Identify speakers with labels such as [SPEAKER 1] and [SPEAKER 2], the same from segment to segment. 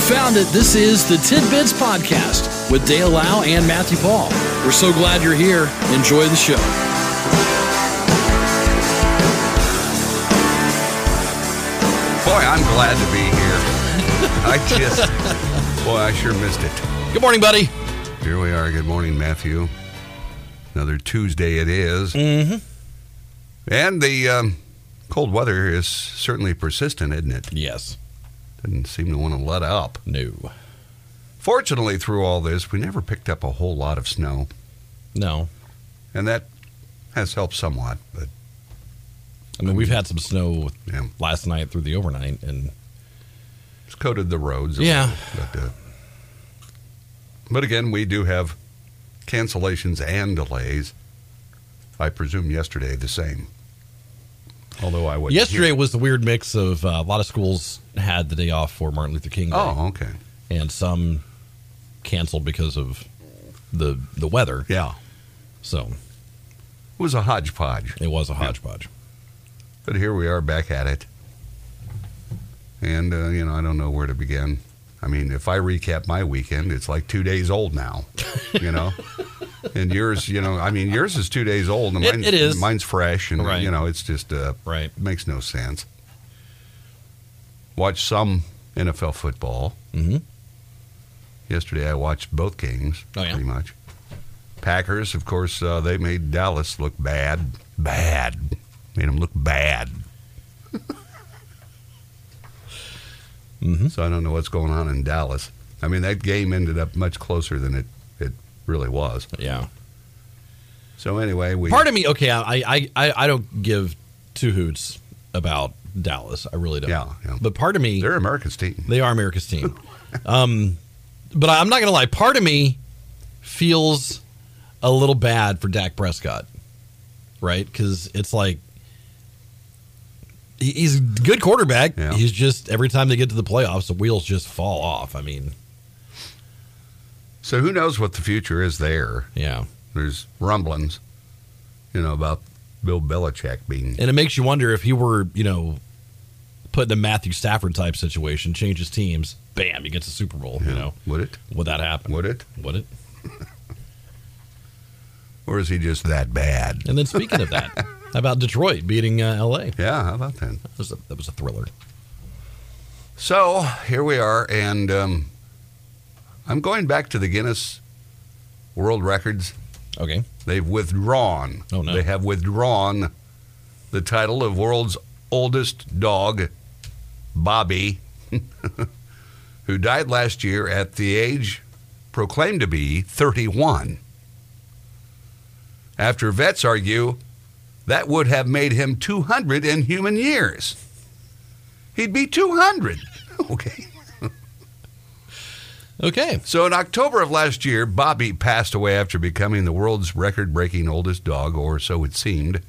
[SPEAKER 1] found it. This is the Tidbits Podcast with Dale Lau and Matthew Paul. We're so glad you're here. Enjoy the show.
[SPEAKER 2] Boy, I'm glad to be here. I just, boy, I sure missed it.
[SPEAKER 1] Good morning, buddy.
[SPEAKER 2] Here we are. Good morning, Matthew. Another Tuesday it is. Mm-hmm. And the um, cold weather is certainly persistent, isn't it?
[SPEAKER 1] Yes.
[SPEAKER 2] Doesn't seem to want to let up.
[SPEAKER 1] No.
[SPEAKER 2] Fortunately, through all this, we never picked up a whole lot of snow,
[SPEAKER 1] No.
[SPEAKER 2] and that has helped somewhat. But
[SPEAKER 1] I mean, we've had some snow
[SPEAKER 2] yeah,
[SPEAKER 1] last night through the overnight, and
[SPEAKER 2] it's coated the roads. a
[SPEAKER 1] Yeah.
[SPEAKER 2] little, But, uh, but again, we do have cancellations and delays. I presume yesterday the same. Although I was
[SPEAKER 1] yesterday was the weird mix of uh, a lot of schools had the day off for Martin Luther King Day,
[SPEAKER 2] Oh, okay.
[SPEAKER 1] and some canceled because of the the weather.
[SPEAKER 2] Yeah.
[SPEAKER 1] So
[SPEAKER 2] It was a hodgepodge.
[SPEAKER 1] it was a hodgepodge.
[SPEAKER 2] But here we are back at it. And, uh, you know, I don't know where to begin. I mean, if I recap my weekend, it's like two days old now, you know? and yours, you know, I mean, yours is two days old. And
[SPEAKER 1] It-
[SPEAKER 2] mine's,
[SPEAKER 1] it is.
[SPEAKER 2] Mine's fresh. And,
[SPEAKER 1] Right.
[SPEAKER 2] you know, it's just, uh,
[SPEAKER 1] Right.
[SPEAKER 2] makes no sense. Watch some NFL football.
[SPEAKER 1] Mm-hmm.
[SPEAKER 2] Yesterday, I watched both games,
[SPEAKER 1] Oh, yeah?
[SPEAKER 2] pretty much. Packers, of course, uh, they made Dallas look bad. Bad. Made them look bad.
[SPEAKER 1] Mhm.
[SPEAKER 2] So I don't know what's going on in Dallas. I mean, that game ended up much closer than it, it really was.
[SPEAKER 1] Yeah.
[SPEAKER 2] So anyway, we.
[SPEAKER 1] Part of me, okay, I, I, I, I don't give two hoots about Dallas. I really don't.
[SPEAKER 2] Yeah, yeah.
[SPEAKER 1] But part of me,
[SPEAKER 2] They're America's team.
[SPEAKER 1] they are America's team. um, but I'm not gonna lie. Part of me feels a little bad for Dak Prescott, right? Because it's like he- he's a good quarterback.
[SPEAKER 2] Yeah.
[SPEAKER 1] He's just every time they get to the playoffs, the wheels just fall off. I mean,
[SPEAKER 2] So who knows what the future is there?
[SPEAKER 1] yeah,
[SPEAKER 2] There's rumblings, you know, about Bill Belichick being
[SPEAKER 1] and it makes you wonder if he were, you know, put in a Matthew Stafford type situation, changes teams, bam, he gets a Super Bowl. You know,
[SPEAKER 2] Would it?
[SPEAKER 1] would that happen?
[SPEAKER 2] Would it?
[SPEAKER 1] Would it?
[SPEAKER 2] Or is he just that bad?
[SPEAKER 1] And then speaking of that, how about Detroit beating uh, L.A.?
[SPEAKER 2] Yeah, how about that?
[SPEAKER 1] That was a, that was a thriller.
[SPEAKER 2] So here we are, and um, I'm going back to the Guinness World Records.
[SPEAKER 1] Okay.
[SPEAKER 2] They've withdrawn.
[SPEAKER 1] Oh, no.
[SPEAKER 2] They have withdrawn the title of world's oldest dog, Bobby, who died last year at the age proclaimed to be 31. After vets argue that would have made him 200 in human years. He'd be 200. Okay.
[SPEAKER 1] Okay.
[SPEAKER 2] So in October of last year, Bobby passed away after becoming the world's record-breaking oldest dog, or so it seemed.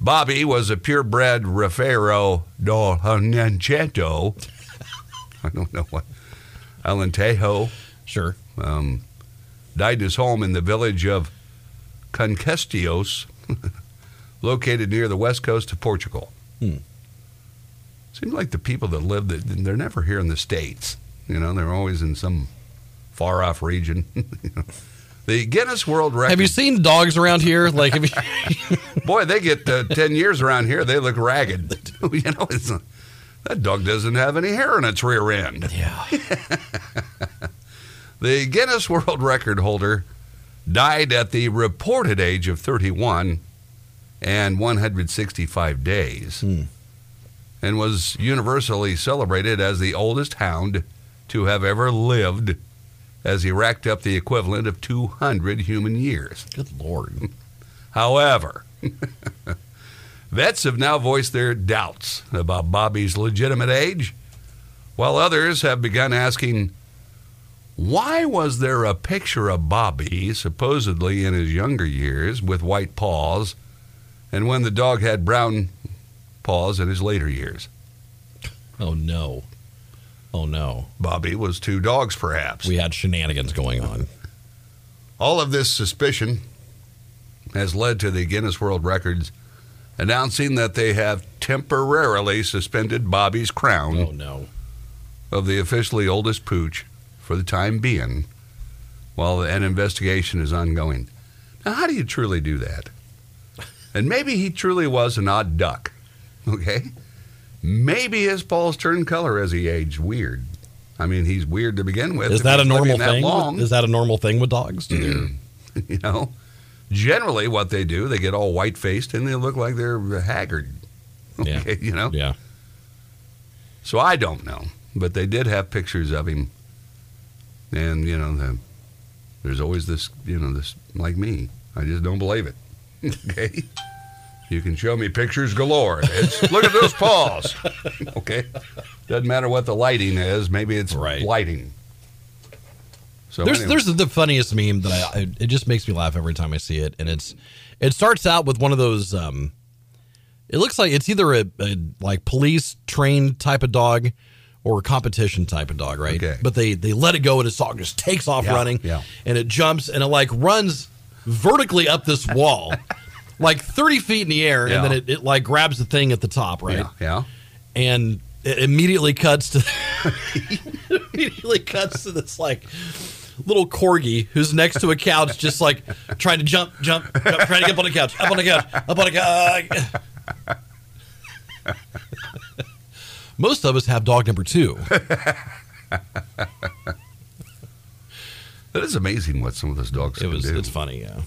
[SPEAKER 2] Bobby was a purebred Raffaello do Anancetto. I don't know what. Alentejo
[SPEAKER 1] Sure.
[SPEAKER 2] um, died in his home in the village of Conquestios, located near the west coast of Portugal.
[SPEAKER 1] Hmm.
[SPEAKER 2] Seems like the people that live, that they're never here in the States. You know, they're always in some far off region. the Guinness World Record.
[SPEAKER 1] Have you seen dogs around here? Like, have you,
[SPEAKER 2] Boy, they get uh, 10 years around here, they look ragged. you know, it's, that dog doesn't have any hair in its rear end.
[SPEAKER 1] yeah.
[SPEAKER 2] The Guinness World Record holder died at the reported age of 31 and 165 days
[SPEAKER 1] Hmm.
[SPEAKER 2] and was universally celebrated as the oldest hound to have ever lived as he racked up the equivalent of 200 human years.
[SPEAKER 1] Good lord.
[SPEAKER 2] However, vets have now voiced their doubts about Bobby's legitimate age, while others have begun asking, why was there a picture of Bobby, supposedly in his younger years, with white paws, and when the dog had brown paws in his later years?
[SPEAKER 1] Oh no. Oh no.
[SPEAKER 2] Bobby was two dogs, perhaps.
[SPEAKER 1] We had shenanigans going on.
[SPEAKER 2] All of this suspicion has led to the Guinness World Records announcing that they have temporarily suspended Bobby's crown
[SPEAKER 1] Oh no.
[SPEAKER 2] of the officially oldest pooch for the time being while an investigation is ongoing. Now, how do you truly do that? And maybe he truly was an odd duck, okay? Maybe his paws turned color as he aged weird. I mean, he's weird to begin with.
[SPEAKER 1] Is
[SPEAKER 2] if
[SPEAKER 1] that a
[SPEAKER 2] he's
[SPEAKER 1] normal
[SPEAKER 2] living that
[SPEAKER 1] thing?
[SPEAKER 2] long. Mm-hmm.
[SPEAKER 1] Is that a normal thing with dogs? Do they-
[SPEAKER 2] you know generally what they do they get all white faced and they look like they're haggard
[SPEAKER 1] Yeah.
[SPEAKER 2] okay you know
[SPEAKER 1] yeah.
[SPEAKER 2] so i don't know but they did have pictures of him and you know the, there's always this you know this like me i just don't believe it okay you can show me pictures galore it's, look at those paws okay doesn't matter what the lighting is maybe it's
[SPEAKER 1] Right.
[SPEAKER 2] lighting so
[SPEAKER 1] There's
[SPEAKER 2] anyway.
[SPEAKER 1] there's the funniest meme that I it just makes me laugh every time I see it, and it's it starts out with one of those. Um, it looks like it's either a, a like police trained type of dog or a competition type of dog, right?
[SPEAKER 2] Okay.
[SPEAKER 1] But they they let it go and its dog just takes off
[SPEAKER 2] Yeah,
[SPEAKER 1] running,
[SPEAKER 2] yeah.
[SPEAKER 1] and it jumps and it like runs vertically up this wall, like thirty feet in the air,
[SPEAKER 2] Yeah.
[SPEAKER 1] and then it, it like grabs the thing at the top, right?
[SPEAKER 2] yeah, yeah
[SPEAKER 1] and it immediately cuts to immediately cuts to this like little corgi who's next to a couch just like trying to jump jump, jump trying to get up on the couch up on the couch up on the couch most of us have dog number two
[SPEAKER 2] That is amazing what some of those dogs
[SPEAKER 1] it
[SPEAKER 2] can
[SPEAKER 1] was
[SPEAKER 2] do.
[SPEAKER 1] it's funny yeah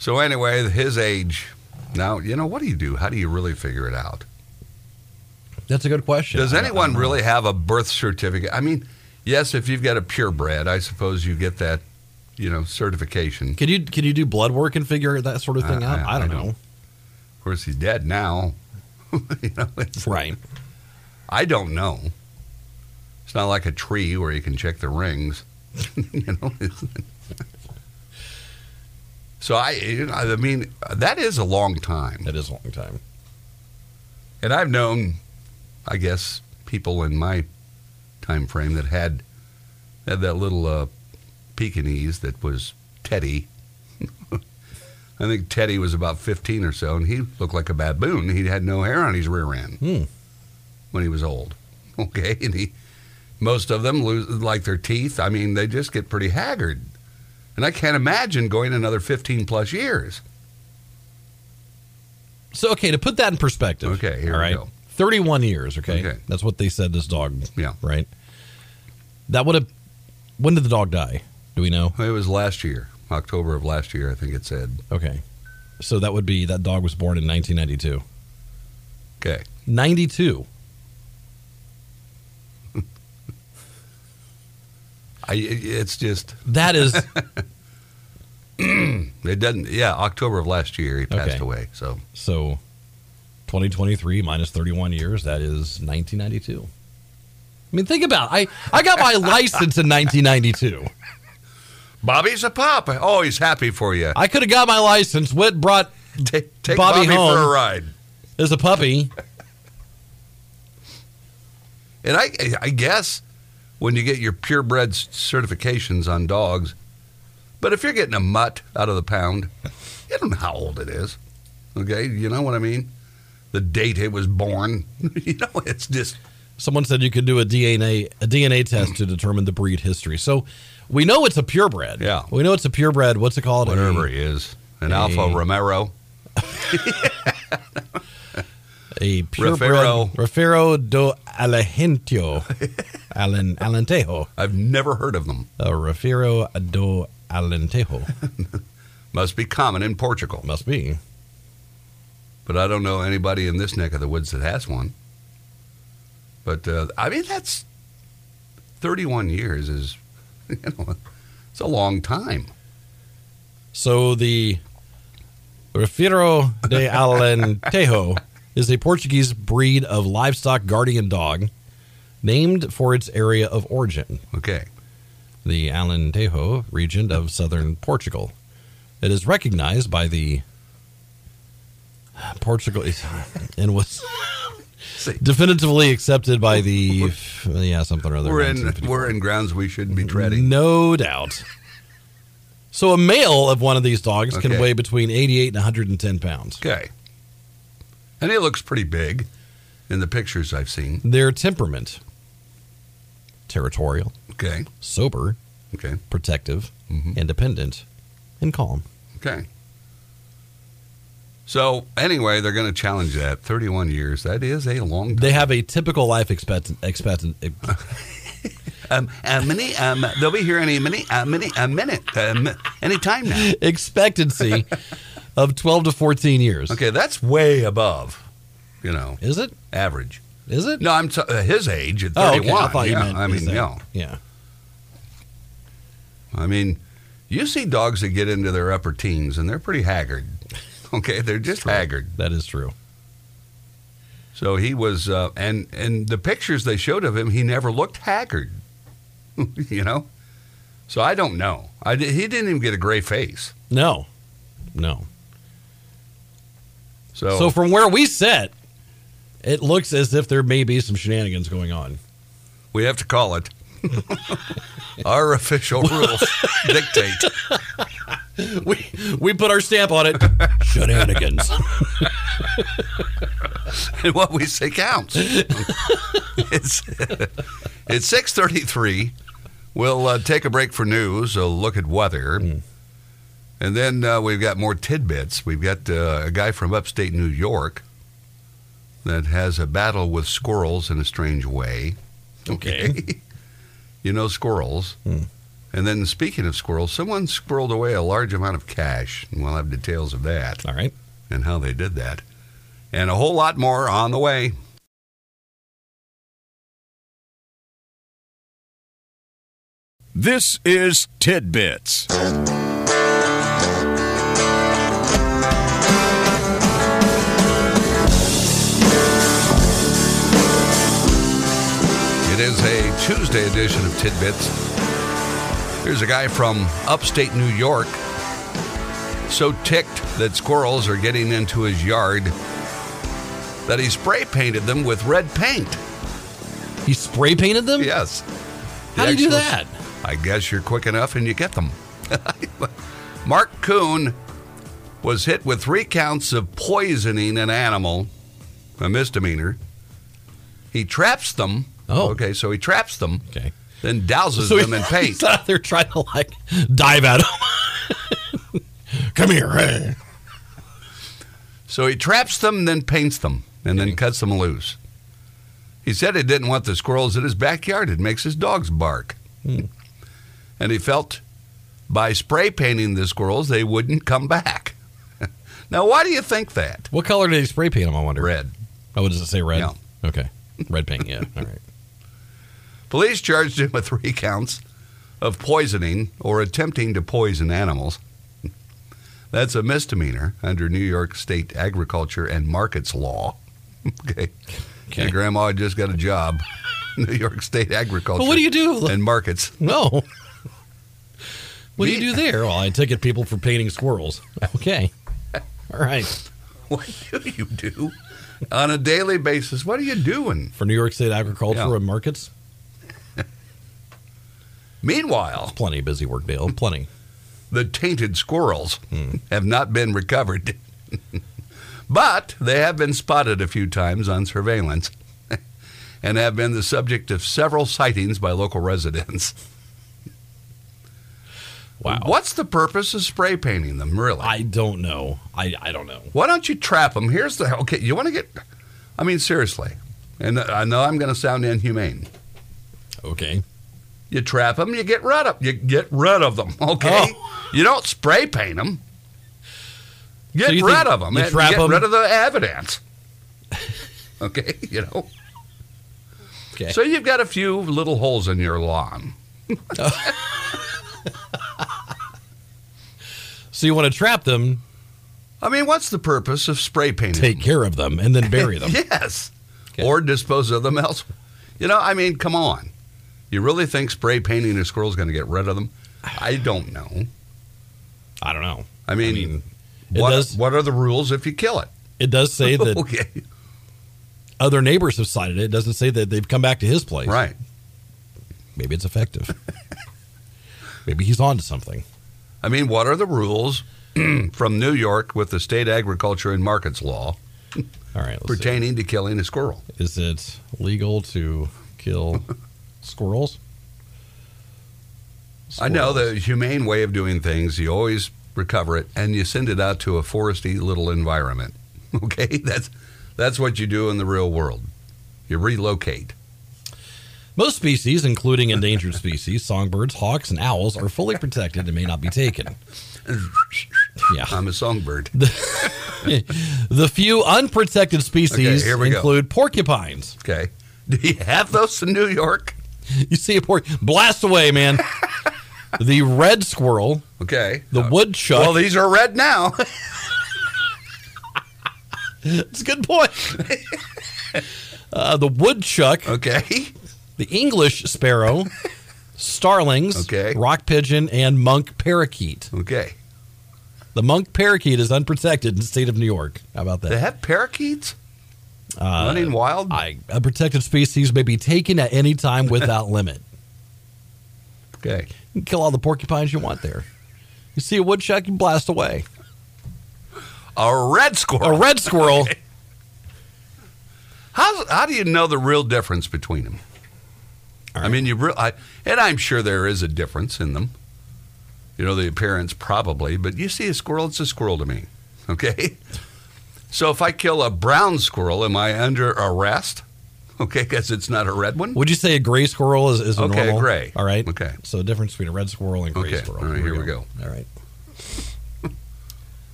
[SPEAKER 2] So anyway, his age. Now you know what do you do? How do you really figure it out?
[SPEAKER 1] that's a good question
[SPEAKER 2] Does
[SPEAKER 1] I don't- I
[SPEAKER 2] anyone
[SPEAKER 1] don't know.
[SPEAKER 2] really have a birth certificate? I mean, yes, if you've got a purebred, I suppose you get that, you know, certification.
[SPEAKER 1] can you can you do blood work and figure that sort of thing
[SPEAKER 2] I-
[SPEAKER 1] out
[SPEAKER 2] I-
[SPEAKER 1] i, don't
[SPEAKER 2] I don't-
[SPEAKER 1] know
[SPEAKER 2] Of course, he's dead now. you know, it's,
[SPEAKER 1] right
[SPEAKER 2] I don't know. It's not like a tree where you can check the rings. you know. it's- so I, you know, I mean, that is a long time.
[SPEAKER 1] that is a long time
[SPEAKER 2] and I've known, I guess, people in my time frame that had had that little uh, Pekingese that was Teddy. I think Teddy was about 15 or so, and he looked like a baboon. He had no hair on his rear end
[SPEAKER 1] Hmm.
[SPEAKER 2] when he was old. Okay, and he, most of them lose like their teeth. I mean, they just get pretty haggard, and I can't imagine going another 15 plus years.
[SPEAKER 1] So okay, to put that in perspective.
[SPEAKER 2] Okay, here
[SPEAKER 1] all
[SPEAKER 2] we
[SPEAKER 1] right?
[SPEAKER 2] go.
[SPEAKER 1] Thirty-one years. Okay?
[SPEAKER 2] Okay.
[SPEAKER 1] that's what they said this dog.
[SPEAKER 2] Yeah.
[SPEAKER 1] right. That would have. When did the dog die? Do we know?
[SPEAKER 2] It was last year, October of last year, I think it said.
[SPEAKER 1] Okay, so that would be that dog was born in 1992.
[SPEAKER 2] Okay.
[SPEAKER 1] 92.
[SPEAKER 2] I, it's just
[SPEAKER 1] That is
[SPEAKER 2] it doesn't. Yeah, October of last year he passed
[SPEAKER 1] Okay.
[SPEAKER 2] away. So
[SPEAKER 1] so. 2023 minus 31 years. That is 1992. I mean, think about. It. I I got my license in 1992.
[SPEAKER 2] Bobby's a pop. Oh, he's happy for you.
[SPEAKER 1] I could have got my license. What brought
[SPEAKER 2] Ta-
[SPEAKER 1] Uh,
[SPEAKER 2] take
[SPEAKER 1] Bobby
[SPEAKER 2] Bobby, for
[SPEAKER 1] home.
[SPEAKER 2] a ride.
[SPEAKER 1] as a puppy?
[SPEAKER 2] And I, I guess when you get your purebred s- certifications on dogs, but if you're getting a mutt out of the pound, you don't know how old it is. Okay, you know what I mean. The date it was born. you know, it's just
[SPEAKER 1] someone said you could do a DNA a DNA test to determine the breed history. So we know it's a purebred.
[SPEAKER 2] Yeah.
[SPEAKER 1] we know it's a purebred. What's it called?
[SPEAKER 2] whatever he is. An Alfa
[SPEAKER 1] Hey.
[SPEAKER 2] Romero.
[SPEAKER 1] A, a purebred.
[SPEAKER 2] Raffaello.
[SPEAKER 1] Raffaello do Alentino. Alen Alentejo.
[SPEAKER 2] I've never heard of them.
[SPEAKER 1] A Raffaello do Alentejo
[SPEAKER 2] Must be common in Portugal.
[SPEAKER 1] must be.
[SPEAKER 2] but I don't know anybody in this neck of the woods that has one. But uh, I mean, that's 31 years is, you know, it's a long time.
[SPEAKER 1] So the Rafiro de Alentejo is a Portuguese breed of livestock guardian dog named for its area of origin.
[SPEAKER 2] Okay.
[SPEAKER 1] the Alentejo region of southern Portugal. It is recognized by the Portugal and was
[SPEAKER 2] See,
[SPEAKER 1] definitively accepted by the yeah something or other.
[SPEAKER 2] we're in
[SPEAKER 1] 1954.
[SPEAKER 2] we're in grounds we shouldn't be treading.
[SPEAKER 1] No doubt. So a male of one of these dogs can
[SPEAKER 2] Okay.
[SPEAKER 1] weigh between 88 and 110 pounds.
[SPEAKER 2] Okay. And he looks pretty big in the pictures I've seen.
[SPEAKER 1] Their temperament territorial,
[SPEAKER 2] Okay.
[SPEAKER 1] sober,
[SPEAKER 2] Okay.
[SPEAKER 1] protective,
[SPEAKER 2] Mhm.
[SPEAKER 1] independent, and calm.
[SPEAKER 2] Okay. So anyway, they're going to challenge that. Thirty-one years. That is a long. time.
[SPEAKER 1] They have a typical life expectant. expectant
[SPEAKER 2] Um, a mini. Um, they'll be here any mini. A mini. A minute. Um, any time now.
[SPEAKER 1] expectancy of 12 to 14 years.
[SPEAKER 2] Okay, that's way above. You know,
[SPEAKER 1] Is it?
[SPEAKER 2] average.
[SPEAKER 1] Is it?
[SPEAKER 2] No, I'm t- uh, his age at
[SPEAKER 1] Oh,
[SPEAKER 2] thirty-one.
[SPEAKER 1] okay. I thought you
[SPEAKER 2] yeah,
[SPEAKER 1] meant.
[SPEAKER 2] I mean,
[SPEAKER 1] is that-
[SPEAKER 2] yeah.
[SPEAKER 1] Yeah.
[SPEAKER 2] I mean, you see dogs that get into their upper teens and they're pretty haggard. Okay, they're just haggard.
[SPEAKER 1] That is true.
[SPEAKER 2] So he was, uh, and and the pictures they showed of him, he never looked haggard. you know, so I don't know. I di- he didn't even get a gray face.
[SPEAKER 1] No. No.
[SPEAKER 2] So,
[SPEAKER 1] So from where we sit, it looks as if there may be some shenanigans going on.
[SPEAKER 2] we have to call it. Our official rules dictate.
[SPEAKER 1] We we put our stamp on it. shenanigans.
[SPEAKER 2] and what we say counts. it's it's six thirty three. We'll uh, take a break for news. A look at weather, and then uh, we've got more tidbits. We've got uh, a guy from upstate New York that has a battle with squirrels in a strange way.
[SPEAKER 1] Okay. Hmm.
[SPEAKER 2] you know squirrels. And then, speaking of squirrels, someone squirreled away a large amount of cash, and we'll have details of that
[SPEAKER 1] All right.
[SPEAKER 2] and how they did that, and a whole lot more on the way.
[SPEAKER 3] This is Tidbits.
[SPEAKER 2] It is a Tuesday edition of Tidbits. Here's a guy from upstate New York, so ticked that squirrels are getting into his yard that he spray painted them with red paint.
[SPEAKER 1] He spray painted them?
[SPEAKER 2] Yes.
[SPEAKER 1] How
[SPEAKER 2] The
[SPEAKER 1] do you do
[SPEAKER 2] actual-
[SPEAKER 1] that?
[SPEAKER 2] I guess you're quick enough and you get them. Mark Kuhn was hit with three counts of poisoning an animal, a misdemeanor. He traps them.
[SPEAKER 1] Oh.
[SPEAKER 2] Okay, so he traps them.
[SPEAKER 1] Okay.
[SPEAKER 2] then douses them in paint.
[SPEAKER 1] he's out there trying to like dive at him. Come here. hey.
[SPEAKER 2] So he traps them, then paints them, and then cuts them loose. He said he didn't want the squirrels in his backyard. It makes his dogs bark. And he felt by spray painting the squirrels, they wouldn't come back. now, why do you think that?
[SPEAKER 1] What color did he spray paint them? I wonder.
[SPEAKER 2] Red.
[SPEAKER 1] Oh, does it say red?
[SPEAKER 2] No.
[SPEAKER 1] Okay. Red paint. Yeah. All right.
[SPEAKER 2] Police charged him with three counts of poisoning or attempting to poison animals. That's a misdemeanor under New York State Agriculture and Markets Law. okay. Your
[SPEAKER 1] Okay.
[SPEAKER 2] grandma just got a job, New York State Agriculture.
[SPEAKER 1] But what do you do?
[SPEAKER 2] And markets.
[SPEAKER 1] No. What do you
[SPEAKER 2] Me-
[SPEAKER 1] do there? Well, I ticket people for painting squirrels. Okay. All right.
[SPEAKER 2] What do you do on a daily basis? What are you doing?
[SPEAKER 1] For New York State agriculture
[SPEAKER 2] Yeah.
[SPEAKER 1] and markets,
[SPEAKER 2] Meanwhile,
[SPEAKER 1] plenty of busy work, Dale. Plenty.
[SPEAKER 2] the tainted squirrels
[SPEAKER 1] Hmm.
[SPEAKER 2] have not been recovered, but they have been spotted a few times on surveillance and have been the subject of several sightings by local residents.
[SPEAKER 1] Wow.
[SPEAKER 2] What's the purpose of spray painting them, really?
[SPEAKER 1] I don't know. I, I don't know.
[SPEAKER 2] Why don't you trap them? Here's the okay. You want to get? I mean, seriously. And I know I'm going to sound inhumane.
[SPEAKER 1] Okay.
[SPEAKER 2] You trap them, you get rid of you get rid of them. Okay, you don't spray paint them. Get
[SPEAKER 1] Oh. So you
[SPEAKER 2] rid
[SPEAKER 1] think
[SPEAKER 2] of them.
[SPEAKER 1] you
[SPEAKER 2] and
[SPEAKER 1] trap
[SPEAKER 2] get
[SPEAKER 1] 'em-
[SPEAKER 2] rid of the evidence. okay, you know.
[SPEAKER 1] Okay.
[SPEAKER 2] So you've got a few little holes in your lawn.
[SPEAKER 1] So you want to trap them,
[SPEAKER 2] I mean, what's the purpose of spray painting?
[SPEAKER 1] take care of them, and then bury them.
[SPEAKER 2] Yes.
[SPEAKER 1] Okay.
[SPEAKER 2] Or dispose of them elsewhere. You know, I mean, come on. You really think spray painting a squirrel's going to get rid of them? I don't know.
[SPEAKER 1] I don't know.
[SPEAKER 2] I mean,
[SPEAKER 1] mean, it
[SPEAKER 2] what,
[SPEAKER 1] does-
[SPEAKER 2] what are the rules if you kill it?
[SPEAKER 1] It does say that
[SPEAKER 2] okay,
[SPEAKER 1] other neighbors have cited it. It doesn't say that they've come back to his place.
[SPEAKER 2] right.
[SPEAKER 1] Maybe it's effective. Maybe he's on to something.
[SPEAKER 2] I mean, what are the rules from New York with the state agriculture and markets law
[SPEAKER 1] All right. Let's see.
[SPEAKER 2] pertaining to killing a squirrel?
[SPEAKER 1] Is it legal to kill Squirrels.
[SPEAKER 2] I know the humane way of doing things. You always recover it and you send it out to a foresty little environment. Okay, that's that's what you do in the real world. You relocate.
[SPEAKER 1] Most species, including endangered species, songbirds, hawks, and owls, are fully protected and may not be taken. Yeah.
[SPEAKER 2] I'm a songbird.
[SPEAKER 1] The few unprotected
[SPEAKER 2] Okay,
[SPEAKER 1] species
[SPEAKER 2] here we go.
[SPEAKER 1] include porcupines.
[SPEAKER 2] Okay, do you have those in New York?
[SPEAKER 1] You see a porc, blast away, man. the red squirrel,
[SPEAKER 2] Okay.
[SPEAKER 1] the woodchuck.
[SPEAKER 2] Uh, well, these are red now.
[SPEAKER 1] That's a good point. uh, the woodchuck,
[SPEAKER 2] Okay.
[SPEAKER 1] the English sparrow, starlings,
[SPEAKER 2] Okay.
[SPEAKER 1] rock pigeon, and monk parakeet.
[SPEAKER 2] Okay.
[SPEAKER 1] The monk parakeet is unprotected in the state of New York. How about
[SPEAKER 2] They
[SPEAKER 1] that?
[SPEAKER 2] have parakeets running wild.
[SPEAKER 1] Uh, I, a protected species may be taken at any time without limit.
[SPEAKER 2] okay.
[SPEAKER 1] You can kill all the porcupines you want there. You see a woodchuck, you blast away.
[SPEAKER 2] A red
[SPEAKER 1] A
[SPEAKER 2] squirrel.
[SPEAKER 1] red squirrel,
[SPEAKER 2] How how do you know the real difference between them?
[SPEAKER 1] All
[SPEAKER 2] I mean, you real, I, and I'm sure there is a difference in them. You know, the appearance probably, but you see a squirrel, it's a squirrel to me. Okay. So if I kill a brown squirrel, am I under arrest? Okay, because it's not a red one.
[SPEAKER 1] would you say a gray squirrel is, is a
[SPEAKER 2] Okay,
[SPEAKER 1] normal?
[SPEAKER 2] gray.
[SPEAKER 1] All right.
[SPEAKER 2] Okay.
[SPEAKER 1] So the difference between a red squirrel and gray
[SPEAKER 2] Okay,
[SPEAKER 1] squirrel.
[SPEAKER 2] all right, here we go.
[SPEAKER 1] All right.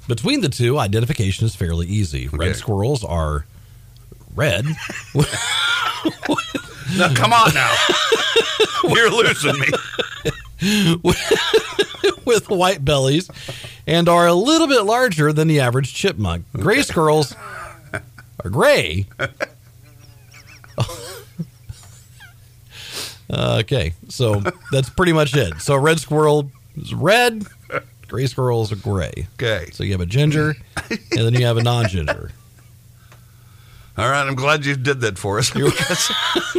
[SPEAKER 1] Between the two, identification is fairly easy. Red
[SPEAKER 2] Okay.
[SPEAKER 1] squirrels are red.
[SPEAKER 2] Now, come on now. You're losing me.
[SPEAKER 1] with white bellies and are a little bit larger than the average chipmunk. Gray squirrels are gray. okay, so that's pretty much it. So a red squirrel is red, gray squirrels are gray.
[SPEAKER 2] Okay.
[SPEAKER 1] So you have a ginger and then you have a non ginger.
[SPEAKER 2] All right, I'm glad you did that for us. because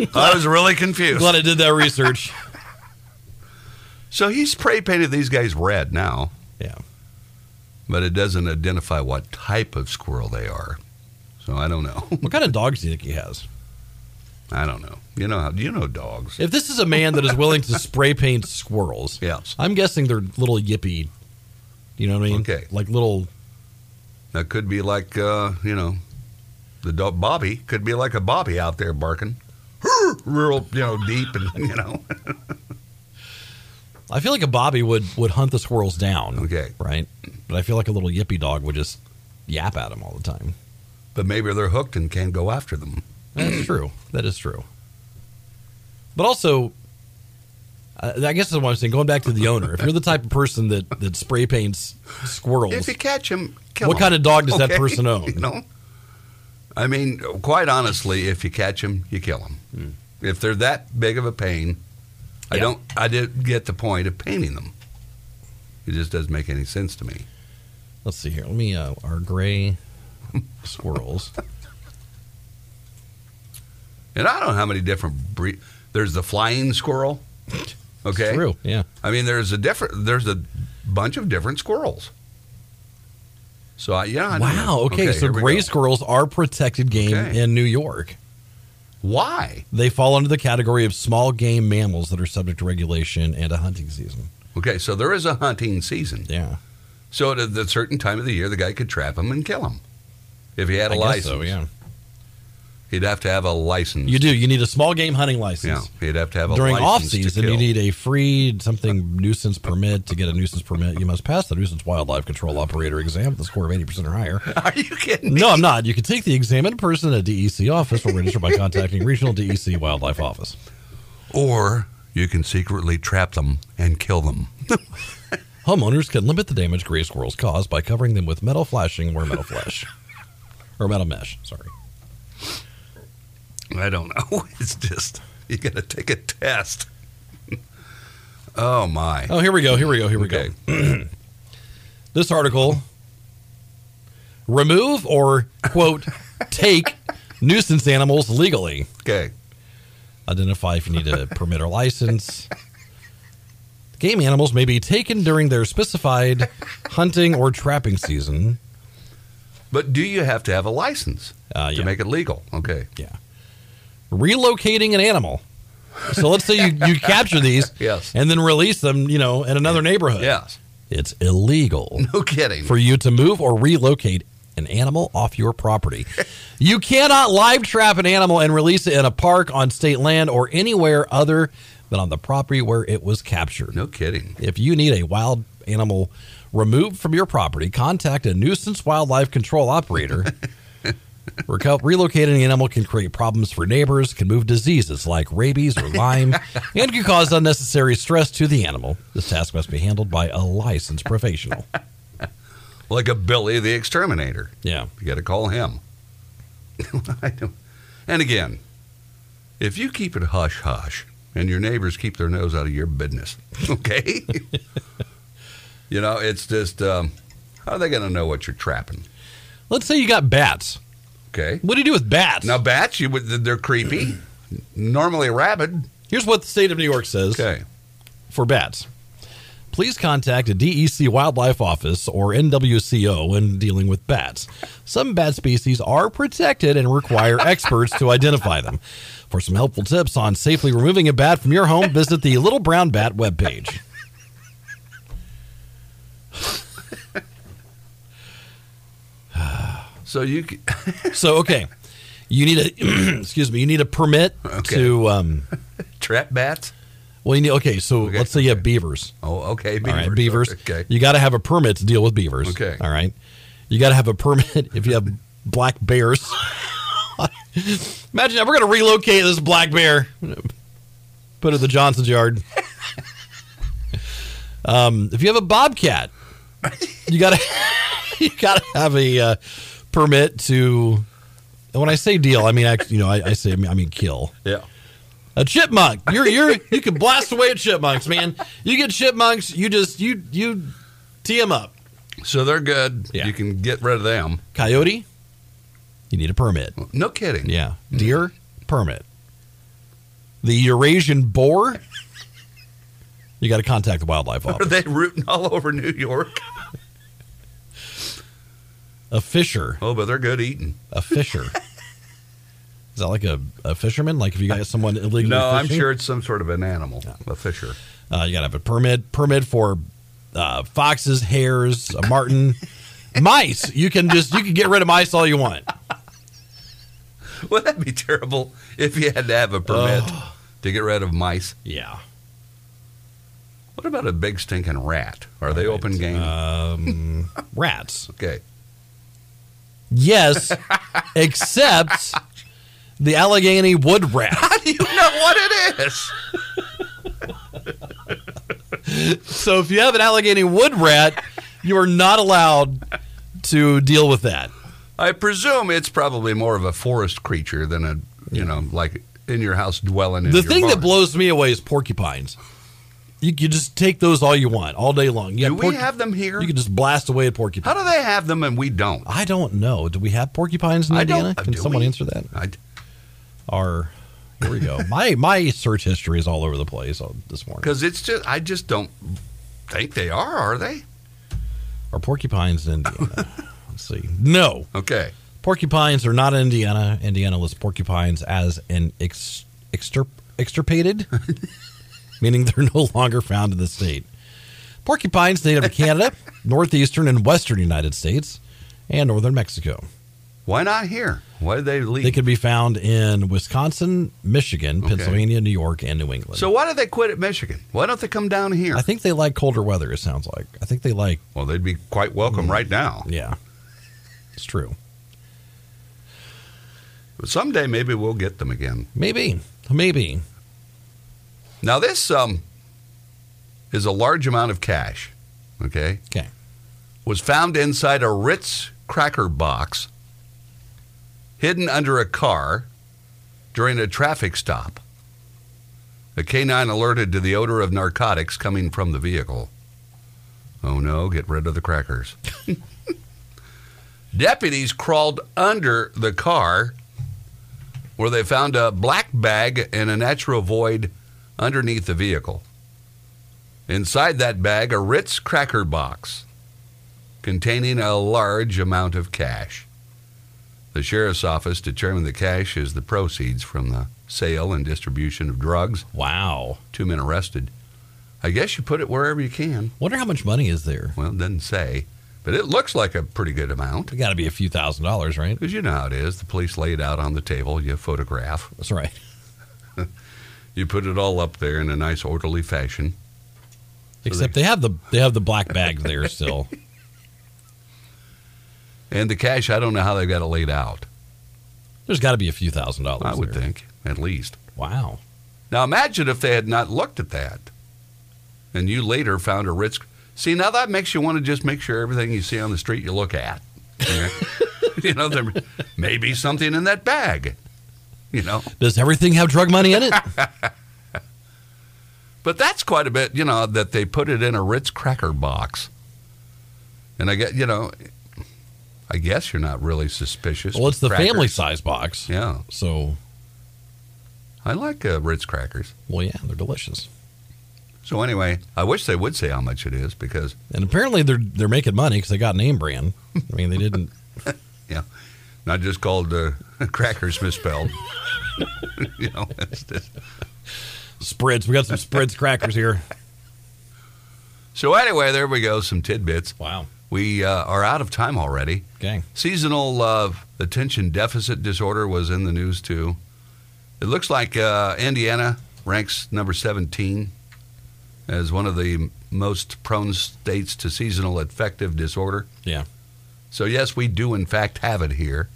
[SPEAKER 2] I was really confused.
[SPEAKER 1] Glad I did that research.
[SPEAKER 2] So he spray painted these guys red now,
[SPEAKER 1] Yeah.
[SPEAKER 2] but it doesn't identify what type of squirrel they are. So I don't know.
[SPEAKER 1] What kind of dogs do you think he has?
[SPEAKER 2] I don't know. You know how you know dogs.
[SPEAKER 1] If this is a man that is willing to spray paint squirrels,
[SPEAKER 2] Yes.
[SPEAKER 1] I'm guessing they're little yippy. You know what I mean?
[SPEAKER 2] Okay.
[SPEAKER 1] Like little.
[SPEAKER 2] That could be like uh, you know, the dog Bobby could be like a Bobby out there barking. Real, you know, deep and you know.
[SPEAKER 1] I feel like a bobby would would hunt the squirrels down.
[SPEAKER 2] Okay.
[SPEAKER 1] Right. But I feel like a little yippy dog would just yap at them all the time.
[SPEAKER 2] But maybe they're hooked and can't go after them. Hmm.
[SPEAKER 1] That's true. That is true. But also, I, I guess that's what I'm saying. Going back to the owner, if you're the type of person that that spray paints
[SPEAKER 2] If
[SPEAKER 1] squirrels,
[SPEAKER 2] you catch him, kill
[SPEAKER 1] what
[SPEAKER 2] him.
[SPEAKER 1] kind of dog does that
[SPEAKER 2] Okay?
[SPEAKER 1] person own?
[SPEAKER 2] You know? I mean, quite honestly, if you catch him, you kill him. If they're that big of a pain, I
[SPEAKER 1] Hmm. Yeah.
[SPEAKER 2] don't. I didn't get the point of painting them. It just doesn't make any sense to me.
[SPEAKER 1] Let's see here. Let me uh, our gray squirrels.
[SPEAKER 2] And I don't know how many different breed. There's the flying squirrel. Okay.
[SPEAKER 1] It's true. Yeah.
[SPEAKER 2] I mean, there's a different. There's a bunch of different squirrels. So I, yeah. I don't
[SPEAKER 1] Wow.
[SPEAKER 2] know.
[SPEAKER 1] Okay. so
[SPEAKER 2] here we
[SPEAKER 1] gray
[SPEAKER 2] go.
[SPEAKER 1] squirrels are protected game
[SPEAKER 2] Okay.
[SPEAKER 1] in New York.
[SPEAKER 2] Why?
[SPEAKER 1] They fall under the category of small game mammals that are subject to regulation and a hunting season.
[SPEAKER 2] Okay. So there is a hunting season.
[SPEAKER 1] Yeah.
[SPEAKER 2] So at a the certain time of the year, the guy could trap him and kill him if he had a
[SPEAKER 1] I guess
[SPEAKER 2] license.
[SPEAKER 1] so. Yeah.
[SPEAKER 2] He'd have to have a license.
[SPEAKER 1] You do. You need a small game hunting
[SPEAKER 2] Yeah,
[SPEAKER 1] license.
[SPEAKER 2] he'd have to have a
[SPEAKER 1] During off
[SPEAKER 2] license to
[SPEAKER 1] season, you
[SPEAKER 2] kill.
[SPEAKER 1] need a free something nuisance permit. To get a nuisance permit, you must pass the nuisance wildlife control operator exam with a score of eighty percent or higher.
[SPEAKER 2] Are you kidding? me?
[SPEAKER 1] No, I'm not. You can take the exam in person at a DEC office or register by contacting regional DEC wildlife office.
[SPEAKER 2] Or you can secretly trap them and kill them.
[SPEAKER 1] Homeowners can limit the damage gray squirrels cause by covering them with metal flashing or metal flash. or metal mesh, sorry.
[SPEAKER 2] I don't know. It's just you got to take a test. oh my.
[SPEAKER 1] Oh, here we go, here we go, here we
[SPEAKER 2] Okay.
[SPEAKER 1] go. this article remove or, quote, take nuisance animals legally.
[SPEAKER 2] Okay.
[SPEAKER 1] Identify if you need a permit or license. Game animals may be taken during their specified hunting or trapping season.
[SPEAKER 2] But do you have to have a license
[SPEAKER 1] Uh,
[SPEAKER 2] to
[SPEAKER 1] yeah.
[SPEAKER 2] make it legal? Okay.
[SPEAKER 1] Yeah. Relocating an animal. So let's say you, you capture these
[SPEAKER 2] Yes.
[SPEAKER 1] and then release them, you know, in another neighborhood.
[SPEAKER 2] Yes.
[SPEAKER 1] It's illegal
[SPEAKER 2] No kidding.
[SPEAKER 1] Uh, for you to move or relocate an animal off your property. you cannot live trap an animal and release it in a park, on state land, or anywhere other than on the property where it was captured.
[SPEAKER 2] no kidding.
[SPEAKER 1] If you need a wild animal removed from your property, contact a nuisance wildlife control operator. Reco- Relocating an animal can create problems for neighbors, can move diseases like rabies or Lyme, and can cause unnecessary stress to the animal. This task must be handled by a licensed professional.
[SPEAKER 2] Like a Billy the Exterminator.
[SPEAKER 1] Yeah.
[SPEAKER 2] You got to call him. I don't- and again, if you keep it hush hush and your neighbors keep their nose out of your business, okay? you know, it's just, um, how are they going to know what you're trapping?
[SPEAKER 1] Let's say you got bats.
[SPEAKER 2] Okay.
[SPEAKER 1] What do you do with bats?
[SPEAKER 2] Now, bats, you would, they're creepy, normally rabid.
[SPEAKER 1] Here's what the state of New York says
[SPEAKER 2] Okay.
[SPEAKER 1] for bats. Please contact a DEC wildlife office or NWCO when dealing with bats. Some bat species are protected and require experts to identify them. For some helpful tips on safely removing a bat from your home, visit the Little Brown Bat webpage.
[SPEAKER 2] So you, c-
[SPEAKER 1] So, okay, you need a excuse me, you need a permit
[SPEAKER 2] Okay.
[SPEAKER 1] to um
[SPEAKER 2] trap bats?
[SPEAKER 1] well, you need okay, so
[SPEAKER 2] Okay,
[SPEAKER 1] let's say you have beavers.
[SPEAKER 2] Oh, okay.
[SPEAKER 1] All right, beavers.
[SPEAKER 2] Okay.
[SPEAKER 1] You got to have a permit to deal with beavers.
[SPEAKER 2] Okay.
[SPEAKER 1] All right. You got to have a permit if you have black bears. Imagine that we're going to relocate this black bear, put it in the Johnson's yard. um, if you have a bobcat, you got to you got to have a uh, permit to. And when I say deal, I mean act, you know I, I say I mean, I mean kill.
[SPEAKER 2] Yeah.
[SPEAKER 1] A chipmunk. You're you're you can blast away at chipmunks, man. You get chipmunks, you just you you tee them up.
[SPEAKER 2] So they're good.
[SPEAKER 1] Yeah.
[SPEAKER 2] You can get rid of them.
[SPEAKER 1] Coyote, you need a permit.
[SPEAKER 2] No kidding.
[SPEAKER 1] Yeah. Deer, permit. The Eurasian boar, you got to contact the wildlife
[SPEAKER 2] Are
[SPEAKER 1] office.
[SPEAKER 2] they rooting all over New York?
[SPEAKER 1] A fisher,
[SPEAKER 2] Oh, but they're good eating.
[SPEAKER 1] a fisher. Is that like a, a fisherman? Like if you got someone illegally
[SPEAKER 2] No, I'm
[SPEAKER 1] fishing?
[SPEAKER 2] sure it's some sort of an animal, a fisher.
[SPEAKER 1] Uh, you got to have a permit. Permit for uh, foxes, hares, a marten, mice. You can just you can get rid of mice all you want.
[SPEAKER 2] Would that be terrible if you had to have a permit to get rid of mice?
[SPEAKER 1] Yeah.
[SPEAKER 2] What about a big stinking rat? Are they open game?
[SPEAKER 1] Um, rats.
[SPEAKER 2] okay.
[SPEAKER 1] Yes, except the Allegheny wood rat.
[SPEAKER 2] How do you know what it is?
[SPEAKER 1] So if you have an Allegheny wood rat, you are not allowed to deal with that.
[SPEAKER 2] I presume it's probably more of a forest creature than a, you know, like in your house dwelling. In
[SPEAKER 1] the
[SPEAKER 2] your
[SPEAKER 1] thing that
[SPEAKER 2] barn.
[SPEAKER 1] blows me away is porcupines. You can just take those all you want, all day long. Yeah,
[SPEAKER 2] Do we have them here?
[SPEAKER 1] You can just blast away at
[SPEAKER 2] How
[SPEAKER 1] porcupines.
[SPEAKER 2] do they have them and we don't?
[SPEAKER 1] I don't know. Do we have porcupines in
[SPEAKER 2] I
[SPEAKER 1] Indiana?
[SPEAKER 2] don't- uh,
[SPEAKER 1] Can
[SPEAKER 2] do
[SPEAKER 1] someone
[SPEAKER 2] we?
[SPEAKER 1] answer that?
[SPEAKER 2] I,
[SPEAKER 1] Or here we go. my my search history is all over the place on this morning.
[SPEAKER 2] Because it's just, I just don't think they are, are they?
[SPEAKER 1] Are porcupines in Indiana? Let's see. No,
[SPEAKER 2] Okay.
[SPEAKER 1] porcupines are not in Indiana. Indiana lists porcupines as an ex- extirp- extirpated, meaning they're no longer found in the state. Porcupines native to Canada, northeastern and western United States, and northern Mexico.
[SPEAKER 2] Why not here? Why did they leave?
[SPEAKER 1] They can be found in Wisconsin, Michigan, Pennsylvania, New York, and New England.
[SPEAKER 2] so why did they quit at Michigan? Why don't they come down here?
[SPEAKER 1] I think they like colder weather, it sounds like. I think they like,
[SPEAKER 2] well, they'd be quite welcome right now.
[SPEAKER 1] yeah. It's true.
[SPEAKER 2] But someday maybe we'll get them again.
[SPEAKER 1] Maybe. Maybe.
[SPEAKER 2] Now this um is a large amount of cash. Okay,
[SPEAKER 1] Okay.
[SPEAKER 2] was found inside a Ritz cracker box, hidden under a car during a traffic stop. A canine alerted to the odor of narcotics coming from the vehicle. Oh no, get rid of the crackers. Deputies crawled under the car where they found a black bag in a natural void underneath the vehicle. Inside that bag, a Ritz cracker box containing a large amount of cash. The sheriff's office determined the cash is the proceeds from the sale and distribution of drugs.
[SPEAKER 1] Wow.
[SPEAKER 2] Two men arrested. I guess you put it wherever you can.
[SPEAKER 1] Wonder how much money is there.
[SPEAKER 2] Well, it doesn't say, but it looks like a pretty good amount.
[SPEAKER 1] It got to be a few thousand dollars, right?
[SPEAKER 2] Because you know how it is. The police lay it out on the table, you photograph,
[SPEAKER 1] That's right.
[SPEAKER 2] you put it all up there in a nice, orderly fashion.
[SPEAKER 1] Except they have the they have the black bag there still.
[SPEAKER 2] And the cash, I don't know how they got it laid out.
[SPEAKER 1] There's got to be a few thousand dollars.
[SPEAKER 2] I would
[SPEAKER 1] there.
[SPEAKER 2] think, at least.
[SPEAKER 1] Wow.
[SPEAKER 2] Now imagine if they had not looked at that, and you later found a Ritz. See, now that makes you want to just make sure everything you see on the street you look at. you know, there may be something in that bag. You know,
[SPEAKER 1] Does everything have drug money in it?
[SPEAKER 2] but that's quite a bit. You know that they put it in a Ritz cracker box, and I get you know, I guess you're not really suspicious.
[SPEAKER 1] well, it's the
[SPEAKER 2] with crackers.
[SPEAKER 1] family size box.
[SPEAKER 2] Yeah,
[SPEAKER 1] So,
[SPEAKER 2] I like uh, Ritz crackers.
[SPEAKER 1] well, yeah, they're delicious.
[SPEAKER 2] So anyway, I wish they would say how much it is because
[SPEAKER 1] And apparently they're they're making money because they got name brand. I mean, they didn't.
[SPEAKER 2] Yeah, not just called uh, crackers misspelled. you know, it's just-
[SPEAKER 1] Spritz. We got some Spritz crackers here.
[SPEAKER 2] so anyway, there we go. Some tidbits.
[SPEAKER 1] Wow.
[SPEAKER 2] We uh, are out of time already.
[SPEAKER 1] Gang.
[SPEAKER 2] Seasonal uh, attention deficit disorder was in the news too. It looks like uh, Indiana ranks number 17 as one of the most prone states to seasonal affective disorder.
[SPEAKER 1] Yeah.
[SPEAKER 2] So yes, we do in fact have it here.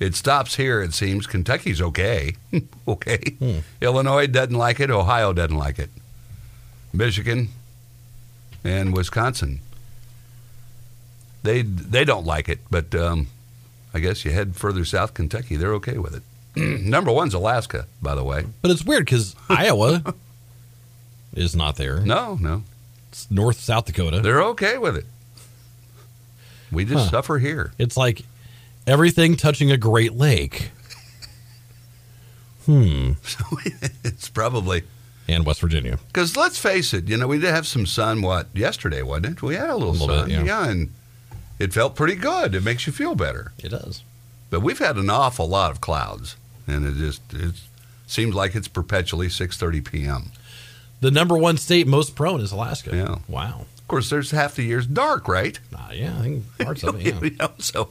[SPEAKER 2] It stops here, it seems. Kentucky's okay. okay.
[SPEAKER 1] Hmm.
[SPEAKER 2] Illinois doesn't like it. Ohio doesn't like it. Michigan and Wisconsin. They they don't like it, but um, I guess you head further south, Kentucky, they're okay with it. Number one's Alaska, by the way.
[SPEAKER 1] But it's weird because Iowa is not there.
[SPEAKER 2] No, no,
[SPEAKER 1] It's North South Dakota.
[SPEAKER 2] they're okay with it. We just
[SPEAKER 1] Huh.
[SPEAKER 2] suffer here.
[SPEAKER 1] It's like everything touching a Great Lake Hmm.
[SPEAKER 2] So it's probably
[SPEAKER 1] and West Virginia.
[SPEAKER 2] Because let's face it, you know, we did have some sun, what, yesterday, wasn't it? We had a
[SPEAKER 1] A
[SPEAKER 2] little,
[SPEAKER 1] little
[SPEAKER 2] sun.
[SPEAKER 1] bit, yeah.
[SPEAKER 2] and it felt pretty good. It makes you feel better.
[SPEAKER 1] It does.
[SPEAKER 2] But we've had an awful lot of clouds, and it just it seems like it's perpetually 6.30 p.m.
[SPEAKER 1] The number one state most prone is Alaska.
[SPEAKER 2] Yeah.
[SPEAKER 1] Wow.
[SPEAKER 2] Of course, there's half the year's dark, right?
[SPEAKER 1] Ah, yeah, I think parts of it. Yeah.
[SPEAKER 2] You know, so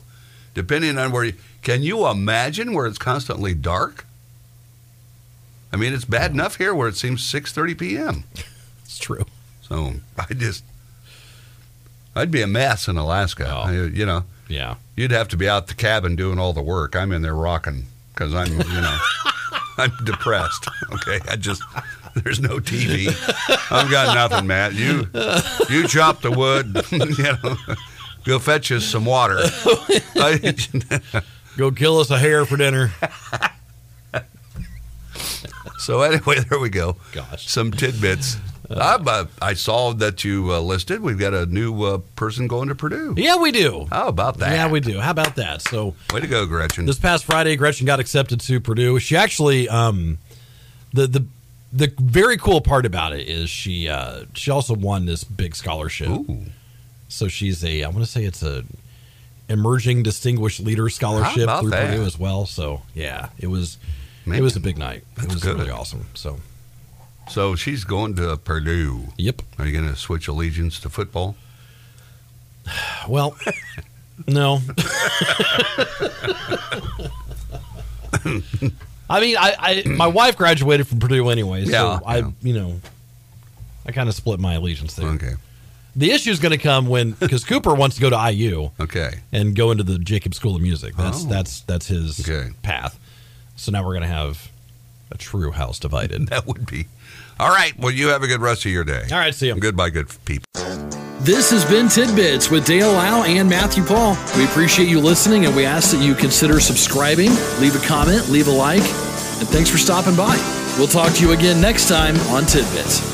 [SPEAKER 2] depending on where you... Can you imagine where it's constantly dark? I mean, it's bad enough here where it seems 6.30 p.m.
[SPEAKER 1] It's true.
[SPEAKER 2] So I just... I'd be a mess in Alaska,
[SPEAKER 1] Oh.
[SPEAKER 2] I- you know.
[SPEAKER 1] Yeah.
[SPEAKER 2] You'd have to be out the cabin doing all the work. I'm in there rocking because I'm, you know, I'm depressed. Okay, I just there's no TV. I've got nothing, Matt. You you chop the wood. you know, go fetch us some water. I,
[SPEAKER 1] Go kill us a hare for dinner.
[SPEAKER 2] so anyway, there we go.
[SPEAKER 1] Gosh.
[SPEAKER 2] Some tidbits. I'm, uh, I saw that you uh, listed. We've got a new uh, person going to Purdue.
[SPEAKER 1] Yeah, we do.
[SPEAKER 2] How about that?
[SPEAKER 1] Yeah, we do. How about that? So
[SPEAKER 2] Way to go, Gretchen.
[SPEAKER 1] this past Friday, Gretchen got accepted to Purdue. She actually, um, the the the very cool part about it is she uh, she also won this big scholarship.
[SPEAKER 2] Ooh,
[SPEAKER 1] So she's a I want to say it's a emerging distinguished leader scholarship
[SPEAKER 2] about
[SPEAKER 1] through
[SPEAKER 2] that?
[SPEAKER 1] Purdue as well. So yeah, it was
[SPEAKER 2] Man,
[SPEAKER 1] it was a big night. It
[SPEAKER 2] that's
[SPEAKER 1] was
[SPEAKER 2] good.
[SPEAKER 1] really awesome. So
[SPEAKER 2] so she's going to Purdue.
[SPEAKER 1] yep.
[SPEAKER 2] Are you going to switch allegiance to football?
[SPEAKER 1] Well, no. I mean, I, I my wife graduated from Purdue anyway, so
[SPEAKER 2] Yeah,
[SPEAKER 1] I
[SPEAKER 2] yeah.
[SPEAKER 1] you know I kind of split my allegiance there.
[SPEAKER 2] Okay.
[SPEAKER 1] The issue is going to come when because Cooper wants to go to IU
[SPEAKER 2] Okay.
[SPEAKER 1] and go into the Jacob School of Music. That's
[SPEAKER 2] Oh.
[SPEAKER 1] that's that's his
[SPEAKER 2] Okay.
[SPEAKER 1] path. So now we're going to have a true house divided.
[SPEAKER 2] That would be. All right. Well, you have a good rest of your day.
[SPEAKER 1] All right, see you.
[SPEAKER 2] Goodbye, good people.
[SPEAKER 4] This has been Tidbits with Dale Lau and Matthew Paul. We appreciate you listening and we ask that you consider subscribing, leave a comment, leave a like, and thanks for stopping by. We'll talk to you again next time on Tidbits.